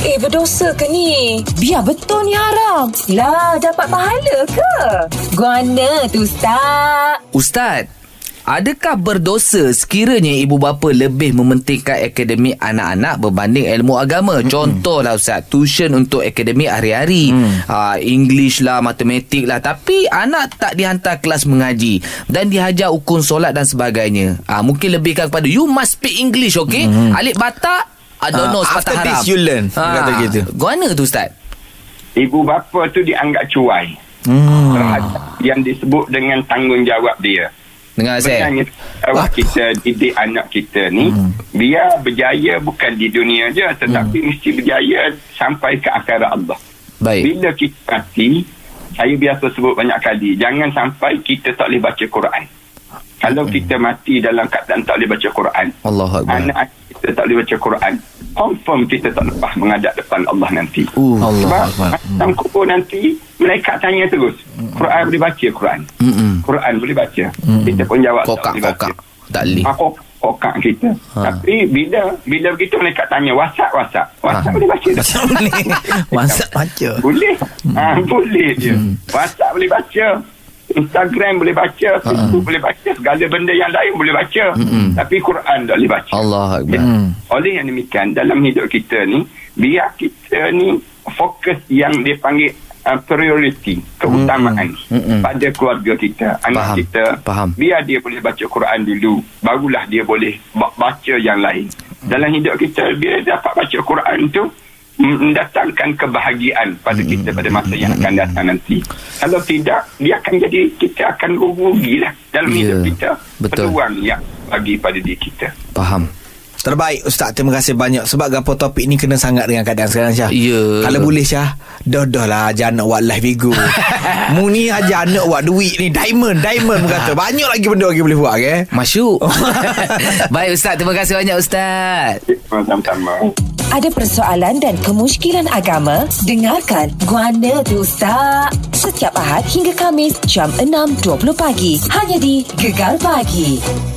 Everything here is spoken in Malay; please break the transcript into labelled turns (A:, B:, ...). A: Eh, berdosa ke ni? Biar betul ni haram. Lah, dapat pahala ke? Guana tu, Ustaz.
B: Ustaz, adakah berdosa sekiranya ibu bapa lebih mementingkan akademik anak-anak berbanding ilmu agama? Mm-hmm. Contohlah Ustaz, tuition untuk akademik hari-hari. Mm. Uh, English lah, matematik lah. Tapi anak tak dihantar kelas mengaji dan dihajar ukun solat dan sebagainya. Uh, mungkin lebihkan kepada you must speak English, okay? Mm-hmm. Alik Batak, I don't
C: Ah,
B: know
C: after
B: sepatah haram.
C: this you learn, kata gitu.
B: Guana tu Ustaz?
D: ibu bapa tu dianggap cuai
C: Hmm.
D: terhadap yang disebut dengan tanggungjawab dia.
B: Dengar saya.
D: Sebenarnya tanggungjawab kita didik anak kita ni
C: Hmm.
D: biar berjaya bukan di dunia je tetapi mesti berjaya sampai ke akhirat Allah.
C: Eh.
B: Baik.
D: Bila kita mati saya biasa sebut banyak kali jangan sampai kita tak boleh baca Quran. Kalau
C: Hmm.
D: kita mati dalam keadaan tak boleh baca Quran
B: Allahu akbar.
D: anak kita tak boleh baca Quran confirm kita tak lepas menghadap depan Allah nanti
C: Uh,
D: sebab
C: Allah Akbar.
D: dalam kubur nanti mereka tanya terus Quran boleh baca Quran
B: Mm-mm.
D: Quran boleh baca kita pun jawab
B: Kokak,
D: boleh baca.
B: kokak. Tak boleh.
D: Ah, kok- kokak kita
B: Ha.
D: tapi bila bila begitu mereka tanya WhatsApp WhatsApp WhatsApp boleh baca tak?
C: Masak baca.
D: boleh ha, boleh dia WhatsApp boleh baca Instagram bollah baca Facebook boleh baca segala benda yang lain boleh baca tapi Quran tak boleh baca
B: Allah akbar.
D: Hmm. Oleh yang demikian dalam hidup kita ni biar kita ni fokus yang dia panggil uh, priority keutamaan
B: Mm-mm.
D: pada keluarga kita anak
B: Faham.
D: kita
B: Faham.
D: biar dia boleh baca Quran dulu barulah dia boleh ba- baca yang lain dalam hidup kita dia dapat baca Quran tu mm, mendatangkan kebahagiaan pada kita pada masa yang akan datang nanti kalau tidak dia akan jadi kita akan rugilah dalam
B: Ya,
D: hidup kita
B: betul.
D: peluang yang bagi pada diri kita
B: Faham.
C: Terbaik Ustaz Terima kasih banyak Sebab gapo topik ni Kena sangat dengan keadaan sekarang Syah
B: Ya.
C: Kalau boleh Syah Dah dah lah Ajar anak buat live ego Mu ni ajar anak buat duit ni Diamond Diamond kata Banyak lagi benda lagi boleh buat ke
B: Masyuk. Baik Ustaz, terima kasih banyak Ustaz.
D: sama-sama
A: Ada persoalan dan kemusykilan agama? Dengarkan Guana tu, Ustaz. Setiap Ahad hingga Kamis, jam 6.20 pagi. Hanya di Gegar Pagi.